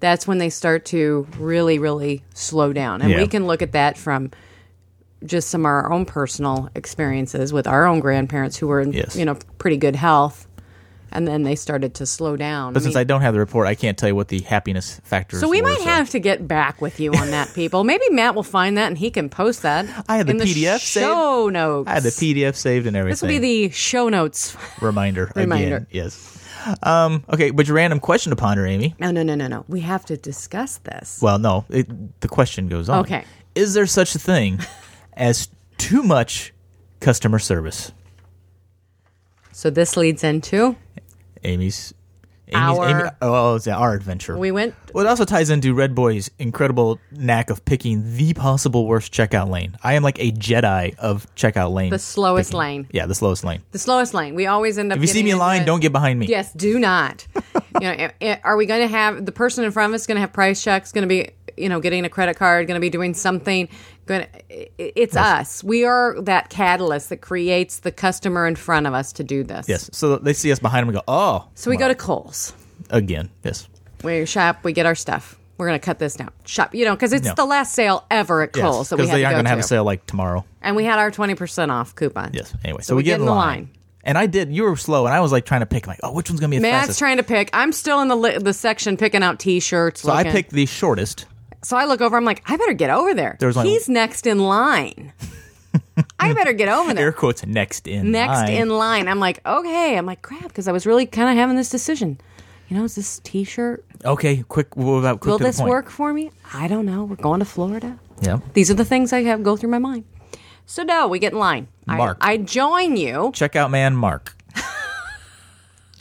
[SPEAKER 1] That's when they start to really, really slow down, and
[SPEAKER 8] Yeah.
[SPEAKER 1] we can look at that from just some of our own personal experiences with our own grandparents who were in
[SPEAKER 8] Yes.
[SPEAKER 1] you know pretty good health and then they started to slow down I
[SPEAKER 8] But since
[SPEAKER 1] mean-
[SPEAKER 8] I don't have the report, I can't tell you what the happiness factors.
[SPEAKER 1] so we
[SPEAKER 8] were,
[SPEAKER 1] might have to get back with you on that people maybe matt will find that and he can post that
[SPEAKER 8] I had the
[SPEAKER 1] in
[SPEAKER 8] PDF saved.
[SPEAKER 1] show notes
[SPEAKER 8] I had the PDF saved and everything.
[SPEAKER 1] this will be the show notes
[SPEAKER 8] reminder.
[SPEAKER 1] Reminder.
[SPEAKER 8] Again. Yes. Um, okay, but your random question to ponder, Amy.
[SPEAKER 1] no no no no no we have to discuss this
[SPEAKER 8] Well, no, it, the question goes on.
[SPEAKER 1] Okay.
[SPEAKER 8] Is there such a thing as too much customer service?
[SPEAKER 1] so this leads into
[SPEAKER 8] Amy's. Amy's
[SPEAKER 1] Our-
[SPEAKER 8] Amy, oh, it's our adventure.
[SPEAKER 1] we went
[SPEAKER 8] Well, it also ties into Red Boy's incredible knack of picking the possible worst checkout lane. I am like a Jedi of checkout lane.
[SPEAKER 1] The slowest
[SPEAKER 8] picking.
[SPEAKER 1] lane.
[SPEAKER 8] Yeah, the slowest lane.
[SPEAKER 1] the slowest lane we always end up
[SPEAKER 8] If you see
[SPEAKER 1] getting
[SPEAKER 8] me in
[SPEAKER 1] into
[SPEAKER 8] line,
[SPEAKER 1] it.
[SPEAKER 8] don't get behind me.
[SPEAKER 1] Yes, do not. you know, i- i- are we going to have the person in front of us going to have price checks? Going to be you know getting a credit card? Going to be doing something? Going it's us. We are that catalyst that creates the customer in front of us to do this.
[SPEAKER 8] Yes. So they see us behind them and go, oh.
[SPEAKER 1] So we go
[SPEAKER 8] well,
[SPEAKER 1] to Kohl's.
[SPEAKER 8] Again. Yes.
[SPEAKER 1] We shop. We get our stuff. We're going to cut this down. Shop. You know, because it's
[SPEAKER 8] No.
[SPEAKER 1] the last sale ever at
[SPEAKER 8] Yes,
[SPEAKER 1] Kohl's that we had
[SPEAKER 8] they
[SPEAKER 1] to
[SPEAKER 8] aren't
[SPEAKER 1] go
[SPEAKER 8] gonna have
[SPEAKER 1] to.
[SPEAKER 8] a sale like tomorrow.
[SPEAKER 1] And we had our twenty percent off coupon.
[SPEAKER 8] Yes. Anyway, so,
[SPEAKER 1] So we get in the line.
[SPEAKER 8] And I did. You were slow, and I was like trying to pick, like, oh, which one's gonna be the
[SPEAKER 1] Matt's
[SPEAKER 8] fastest?
[SPEAKER 1] trying to pick. I'm still in the li- the section picking out t-shirts.
[SPEAKER 8] so I
[SPEAKER 1] looking.
[SPEAKER 8] picked the shortest.
[SPEAKER 1] So I look over. I'm like, I better get over there.
[SPEAKER 8] There was only-
[SPEAKER 1] He's next in line. I better get over there.
[SPEAKER 8] Air quotes next in.
[SPEAKER 1] next
[SPEAKER 8] line.
[SPEAKER 1] in line. I'm like, okay. I'm like, crap, because I was really kind of having this decision. You know, is this T-shirt?
[SPEAKER 8] Okay, quick. What about quick
[SPEAKER 1] will
[SPEAKER 8] to the
[SPEAKER 1] this
[SPEAKER 8] point.
[SPEAKER 1] work for me? I don't know. We're going to Florida.
[SPEAKER 8] Yeah.
[SPEAKER 1] These are the things I have go through my mind. So no, we get in line. I-
[SPEAKER 8] Mark.
[SPEAKER 1] I, join you.
[SPEAKER 8] Checkout man Mark.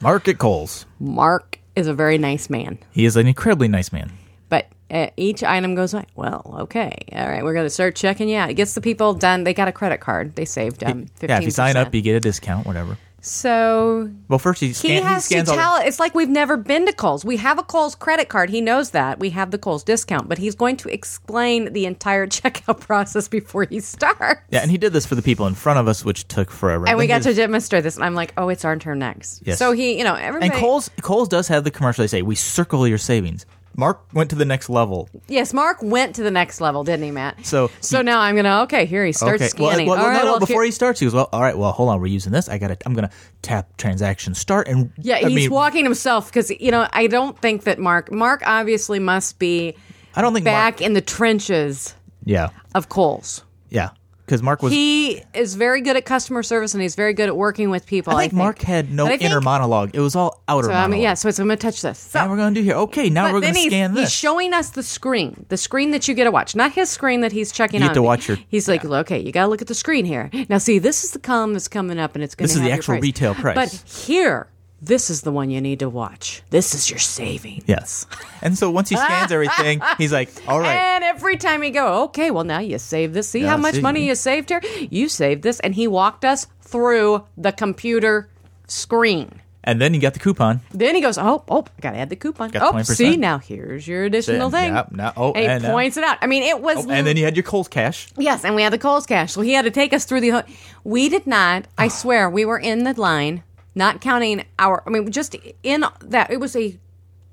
[SPEAKER 8] Mark at Coles.
[SPEAKER 1] Mark is a very nice man,
[SPEAKER 8] He is an incredibly nice man.
[SPEAKER 1] but uh, each item goes like, well, okay, all right, we're gonna start checking you out. It gets the people done. They got a credit card. They saved um. 15%.
[SPEAKER 8] Yeah, if you sign up, you get a discount, whatever.
[SPEAKER 1] so
[SPEAKER 8] Well, first he,
[SPEAKER 1] He
[SPEAKER 8] scan,
[SPEAKER 1] has
[SPEAKER 8] he
[SPEAKER 1] to
[SPEAKER 8] scans all the-
[SPEAKER 1] tell. It's like we've never been to Kohl's. We have a Kohl's credit card. He knows that. We have the Kohl's discount, but he's going to explain the entire checkout process before he starts.
[SPEAKER 8] Yeah, and he did this for the people in front of us, which took forever. I
[SPEAKER 1] And we
[SPEAKER 8] think
[SPEAKER 1] got
[SPEAKER 8] it
[SPEAKER 1] to
[SPEAKER 8] was-
[SPEAKER 1] demonstrate this, and I'm like, oh, it's our turn next.
[SPEAKER 8] Yes.
[SPEAKER 1] So he, you know, everybody.
[SPEAKER 8] And Coles Coles does have the commercial. They say we circle your savings. Mark went to the next level.
[SPEAKER 1] Yes, Mark went to the next level, didn't he, Matt?
[SPEAKER 8] So-
[SPEAKER 1] so now I'm gonna okay. Here he starts
[SPEAKER 8] Well,
[SPEAKER 1] scanning.
[SPEAKER 8] well,
[SPEAKER 1] All
[SPEAKER 8] no,
[SPEAKER 1] right,
[SPEAKER 8] no,
[SPEAKER 1] well,
[SPEAKER 8] before
[SPEAKER 1] here-
[SPEAKER 8] he starts, he goes, "Well, all right. Well, hold on. We're using this. I got to. I'm gonna tap transaction start and
[SPEAKER 1] Yeah,
[SPEAKER 8] I
[SPEAKER 1] he's
[SPEAKER 8] mean,
[SPEAKER 1] walking himself because you know I don't think that Mark. Mark obviously must be
[SPEAKER 8] I don't think
[SPEAKER 1] back
[SPEAKER 8] Mark,
[SPEAKER 1] in the trenches
[SPEAKER 8] yeah,
[SPEAKER 1] of Kohl's.
[SPEAKER 8] yeah, because Mark was.
[SPEAKER 1] he is very good at customer service and he's very good at working with people.
[SPEAKER 8] I think Mark had no
[SPEAKER 1] But I
[SPEAKER 8] inner
[SPEAKER 1] think-
[SPEAKER 8] monologue. It was all outer
[SPEAKER 1] So, um,
[SPEAKER 8] monologue.
[SPEAKER 1] yeah, so it's, I'm going to touch this. So,
[SPEAKER 8] Now we're gonna do here. Okay, now
[SPEAKER 1] but
[SPEAKER 8] we're
[SPEAKER 1] then
[SPEAKER 8] gonna
[SPEAKER 1] he's,
[SPEAKER 8] scan
[SPEAKER 1] he's
[SPEAKER 8] this.
[SPEAKER 1] showing us the screen, the screen that you get to watch, not his screen that he's checking
[SPEAKER 8] You
[SPEAKER 1] out.
[SPEAKER 8] get to watch your-
[SPEAKER 1] He's like, "Well, okay, you got to look at the screen here. Now, see, this is the column that's coming up, and it's going to
[SPEAKER 8] This is the actual retail price.
[SPEAKER 1] But here, this is the one you need to watch. This is your saving.
[SPEAKER 8] yes, and so once he scans everything, he's like, "All right,
[SPEAKER 1] And every time he go, okay, well now you saved this. See
[SPEAKER 8] Yeah,
[SPEAKER 1] how much
[SPEAKER 8] see.
[SPEAKER 1] money you saved here? You saved this, and he walked us through the computer screen.
[SPEAKER 8] And then you got the coupon.
[SPEAKER 1] Then he goes, oh, oh, gotta add the coupon.
[SPEAKER 8] Got
[SPEAKER 1] Oh,
[SPEAKER 8] 20%.
[SPEAKER 1] see now here's your additional
[SPEAKER 8] Then,
[SPEAKER 1] thing.
[SPEAKER 8] yep, now- oh,
[SPEAKER 1] and
[SPEAKER 8] and
[SPEAKER 1] he
[SPEAKER 8] now- Oh,
[SPEAKER 1] points it out. I mean, it was
[SPEAKER 8] And then you had your Coles cash.
[SPEAKER 1] yes, and we had the Coles cash, so he had to take us through the. ho- We did not. I swear, we were in the line, not counting our. I mean, just in that it was a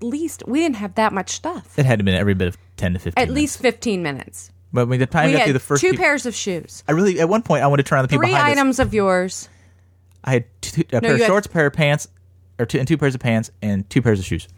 [SPEAKER 1] least we didn't have that much stuff.
[SPEAKER 8] It had to been every bit of ten to fifteen.
[SPEAKER 1] At least fifteen minutes.
[SPEAKER 8] But by the time
[SPEAKER 1] we
[SPEAKER 8] I got
[SPEAKER 1] had
[SPEAKER 8] through the first
[SPEAKER 1] two
[SPEAKER 8] peop-
[SPEAKER 1] pairs of shoes,
[SPEAKER 8] I really at one point I wanted to turn on the people
[SPEAKER 1] three
[SPEAKER 8] behind us.
[SPEAKER 1] items of yours.
[SPEAKER 8] I had two, a pair
[SPEAKER 1] you
[SPEAKER 8] of
[SPEAKER 1] had-
[SPEAKER 8] shorts, a pair of pants, or two and two pairs of pants and two pairs of shoes.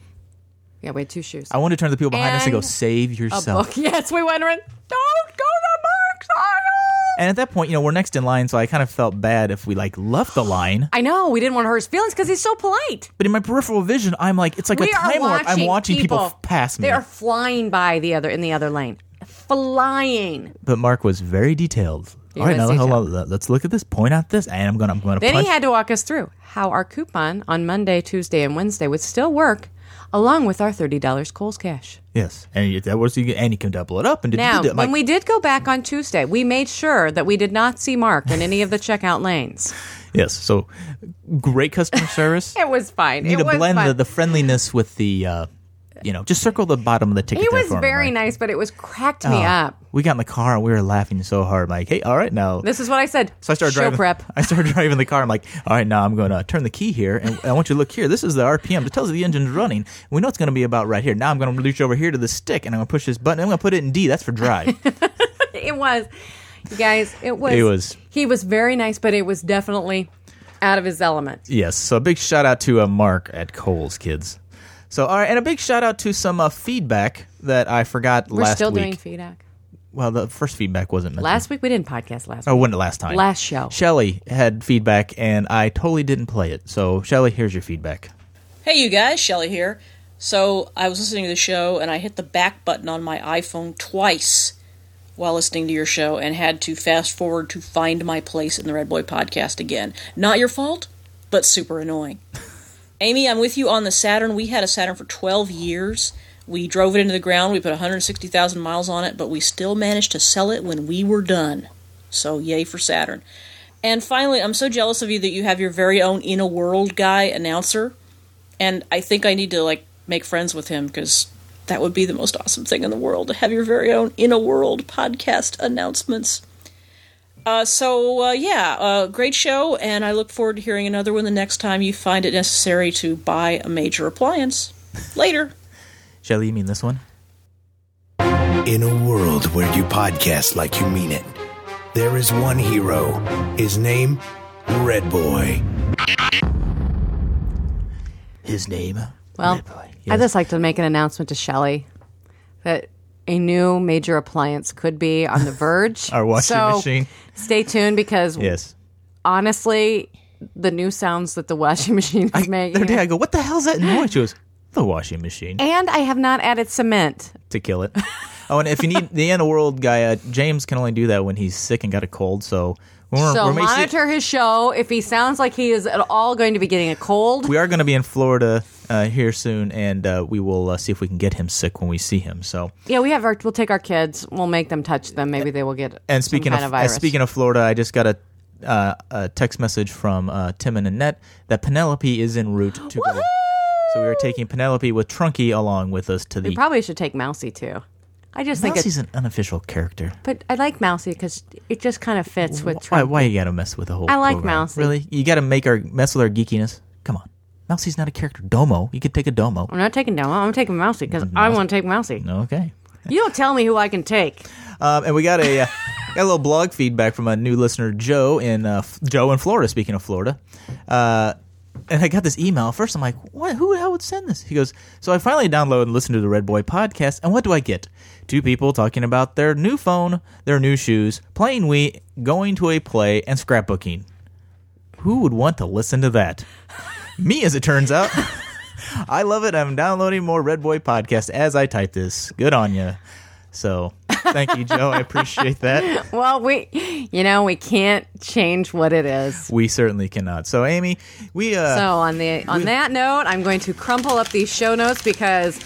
[SPEAKER 1] Yeah, we had two shoes.
[SPEAKER 8] I wanted to turn to the people behind us and go
[SPEAKER 1] And
[SPEAKER 8] save
[SPEAKER 1] a
[SPEAKER 8] yourself.
[SPEAKER 1] book. Yes, we went around. Don't go to Mark's aisle.
[SPEAKER 8] And at that point, you know, we're next in line, so I kind of felt bad if we like left the line.
[SPEAKER 1] I know we didn't want to hurt his feelings because he's so polite.
[SPEAKER 8] But in my peripheral vision, I'm like, it's like a
[SPEAKER 1] we are
[SPEAKER 8] time warp.
[SPEAKER 1] watching
[SPEAKER 8] I'm watching people,
[SPEAKER 1] people
[SPEAKER 8] f- pass me.
[SPEAKER 1] They are flying by the other in the other lane, flying.
[SPEAKER 8] But Mark was very detailed.
[SPEAKER 1] He
[SPEAKER 8] All right, now
[SPEAKER 1] was
[SPEAKER 8] hold
[SPEAKER 1] detailed.
[SPEAKER 8] on. Let's look at this. Point out this, and I'm gonna, I'm gonna.
[SPEAKER 1] Then
[SPEAKER 8] punch.
[SPEAKER 1] he had to walk us through how our coupon on Monday, Tuesday, and Wednesday would still work, along with our thirty dollars Kohl's cash.
[SPEAKER 8] yes, and he, that was he, and he can double it up and did,
[SPEAKER 1] Now,
[SPEAKER 8] did, did,
[SPEAKER 1] when
[SPEAKER 8] like,
[SPEAKER 1] we did go back on Tuesday, we made sure that we did not see Mark in any of the checkout lanes.
[SPEAKER 8] yes. So great customer service.
[SPEAKER 1] It was fine.
[SPEAKER 8] You
[SPEAKER 1] it
[SPEAKER 8] need
[SPEAKER 1] was
[SPEAKER 8] to blend
[SPEAKER 1] fine.
[SPEAKER 8] the, the friendliness with the, uh, you know, just circle the bottom of the ticket.
[SPEAKER 1] He
[SPEAKER 8] there
[SPEAKER 1] was
[SPEAKER 8] for me,
[SPEAKER 1] very
[SPEAKER 8] Mike.
[SPEAKER 1] nice, but it was cracked me
[SPEAKER 8] Oh,
[SPEAKER 1] up.
[SPEAKER 8] We got in the car and we were laughing so hard. like, hey, all right now.
[SPEAKER 1] This is what I said.
[SPEAKER 8] so I started
[SPEAKER 1] Show
[SPEAKER 8] driving.
[SPEAKER 1] prep.
[SPEAKER 8] I started driving the car. I'm like, all right, now I'm going to turn the key here, and I want you to look here. This is the RPM. It tells you the engine's running. We know it's going to be about right here. Now I'm going to reach over here to the stick, and I'm going to push this button. I'm going to put it in D. That's for drive.
[SPEAKER 1] It was, you guys. It was.
[SPEAKER 8] It was-
[SPEAKER 1] He was very nice, but it was definitely out of his element.
[SPEAKER 8] yes. So a big shout out to uh, Mark at Coles, kids. So all right, and a big shout out to some uh, feedback that I forgot
[SPEAKER 1] We're
[SPEAKER 8] last
[SPEAKER 1] still
[SPEAKER 8] week.
[SPEAKER 1] doing feedback.
[SPEAKER 8] well, the first feedback wasn't mentioned.
[SPEAKER 1] Last week we didn't podcast last
[SPEAKER 8] Oh,
[SPEAKER 1] week.
[SPEAKER 8] when it last time?
[SPEAKER 1] Last show.
[SPEAKER 8] Shelly had feedback, and I totally didn't play it. So, Shelly, here's your feedback.
[SPEAKER 9] Hey, you guys, Shelly here. So, I was listening to the show and I hit the back button on my iPhone twice while listening to your show and had to fast forward to find my place in the Red Boy podcast again. Not your fault, but super annoying. Amy, I'm with you on the Saturn. We had a Saturn for 12 years. We drove it into the ground, we put 160,000 miles on it, but we still managed to sell it when we were done. So, yay for Saturn. And finally, I'm so jealous of you that you have your very own In a World guy announcer and I think I need to like make friends with him because that would be the most awesome thing in the world to have your very own in a world podcast announcements. Uh, so uh, yeah, uh, great show, and I look forward to hearing another one the next time you find it necessary to buy a major appliance. Later.
[SPEAKER 8] Shelly, you mean this one?
[SPEAKER 2] In a world where you podcast like you mean it, there is one hero. His name, Red Boy.
[SPEAKER 8] His name.
[SPEAKER 1] Well, I'd just like to make an announcement to Shelly that a new major appliance could be on the verge.
[SPEAKER 8] Our washing
[SPEAKER 1] So,
[SPEAKER 8] machine.
[SPEAKER 1] Stay tuned because
[SPEAKER 8] Yes.
[SPEAKER 1] honestly, the new sounds that the washing machine is making.
[SPEAKER 8] The other day I go, what the hell's that noise? She goes, the washing machine
[SPEAKER 1] And I have not added cement.
[SPEAKER 8] to kill it. oh, and if you need the end of world guy, uh, James can only do that when he's sick and got a cold. So when we're,
[SPEAKER 1] so
[SPEAKER 8] we're basically-
[SPEAKER 1] monitor his show. If he sounds like he is at all going to be getting a cold,
[SPEAKER 8] we are going to be in Florida uh, here soon, and uh, we will uh, see if we can get him sick when we see him. So.
[SPEAKER 1] yeah, we have our. We'll take our kids. We'll make them touch them. Maybe they will get.
[SPEAKER 8] And
[SPEAKER 1] some
[SPEAKER 8] speaking
[SPEAKER 1] kind
[SPEAKER 8] of,
[SPEAKER 1] of, virus.
[SPEAKER 8] uh, speaking of Florida, I just got a, uh, a text message from uh, Tim and Annette that Penelope is en route to. go. So we are taking Penelope with Trunky along with us to
[SPEAKER 1] we
[SPEAKER 8] the.
[SPEAKER 1] probably should take Mousy too. I just think
[SPEAKER 8] Mousie's
[SPEAKER 1] it's.
[SPEAKER 8] an unofficial character.
[SPEAKER 1] But I like Mousy because it just kind of fits with.
[SPEAKER 8] Why,
[SPEAKER 1] Trump.
[SPEAKER 8] why you got to mess with the whole?
[SPEAKER 1] I like
[SPEAKER 8] program?
[SPEAKER 1] Mousie.
[SPEAKER 8] Really, you got to make our mess with our geekiness. Come on, Mousie's not a character. Domo, you could take a Domo.
[SPEAKER 1] I'm not taking Domo. I'm taking Mousy because I want to take Mousy.
[SPEAKER 8] Okay.
[SPEAKER 1] You don't tell me who I can take.
[SPEAKER 8] Um, and we got a uh, got a little blog feedback from a new listener, Joe in uh, F- Joe in Florida. Speaking of Florida, uh, and I got this email. First, I'm like, what? Who the hell would send this? He goes, so I finally download and listen to the Red Boy podcast, and what do I get? Two people talking about their new phone, their new shoes, playing Wii, going to a play, and scrapbooking. Who would want to listen to that? Me, as it turns out. I love it. I'm downloading more Red Boy podcast as I type this. Good on you. So thank you, Joe. I appreciate that.
[SPEAKER 1] Well, we, you know, we can't change what it is.
[SPEAKER 8] We certainly cannot. So Amy, we uh,
[SPEAKER 1] so on the on
[SPEAKER 8] we-
[SPEAKER 1] that note, I'm going to crumple up these show notes because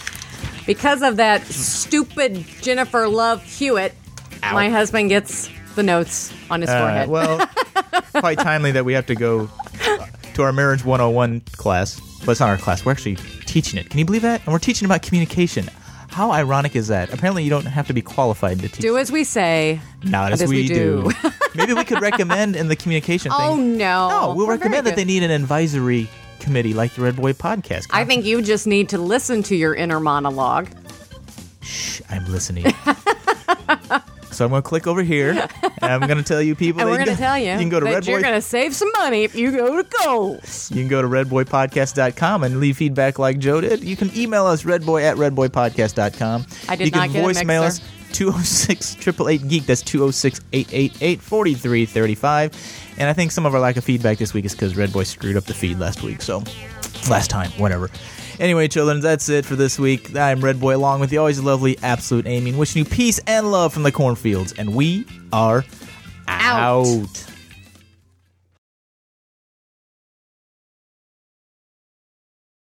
[SPEAKER 1] because of that stupid Jennifer Love Hewitt,
[SPEAKER 8] Ow.
[SPEAKER 1] my husband gets the notes on his
[SPEAKER 8] uh,
[SPEAKER 1] forehead.
[SPEAKER 8] well, quite timely that we have to go to our marriage 101 class. But it's not our class. We're actually teaching it. Can you believe that? And we're teaching about communication. How ironic is that? Apparently, you don't have to be qualified to teach.
[SPEAKER 1] do as we say,
[SPEAKER 8] Not as we do. Maybe we could recommend in the communication thing.
[SPEAKER 1] oh no!
[SPEAKER 8] No, we'll
[SPEAKER 1] We're very
[SPEAKER 8] recommend that
[SPEAKER 1] good.
[SPEAKER 8] they need an advisory committee like the Red Boy podcast.
[SPEAKER 1] I think you just need to listen to your inner monologue.
[SPEAKER 8] I'm listening. so I'm going to click over here, and I'm going to tell you people.
[SPEAKER 1] And
[SPEAKER 8] that
[SPEAKER 1] we're
[SPEAKER 8] you
[SPEAKER 1] going to tell you,
[SPEAKER 8] You can go to
[SPEAKER 1] that
[SPEAKER 8] Red
[SPEAKER 1] you're
[SPEAKER 8] Boy-
[SPEAKER 1] going to save some money if you go to Goals.
[SPEAKER 8] You can go to redboypodcast.com and leave feedback like Joe did. You can email us redboy at redboypodcast.com.
[SPEAKER 1] I did
[SPEAKER 8] you can
[SPEAKER 1] not get a
[SPEAKER 8] voicemail us
[SPEAKER 1] mixer.
[SPEAKER 8] 206 888 Geek. That's 206 888 4335. And I think some of our lack of feedback this week is because Red Boy screwed up the feed last week. So, last time, whatever. Anyway, children, that's it for this week. I'm Red Boy along with the always lovely Absolute Amy, and wishing you peace and love from the cornfields. And we are out.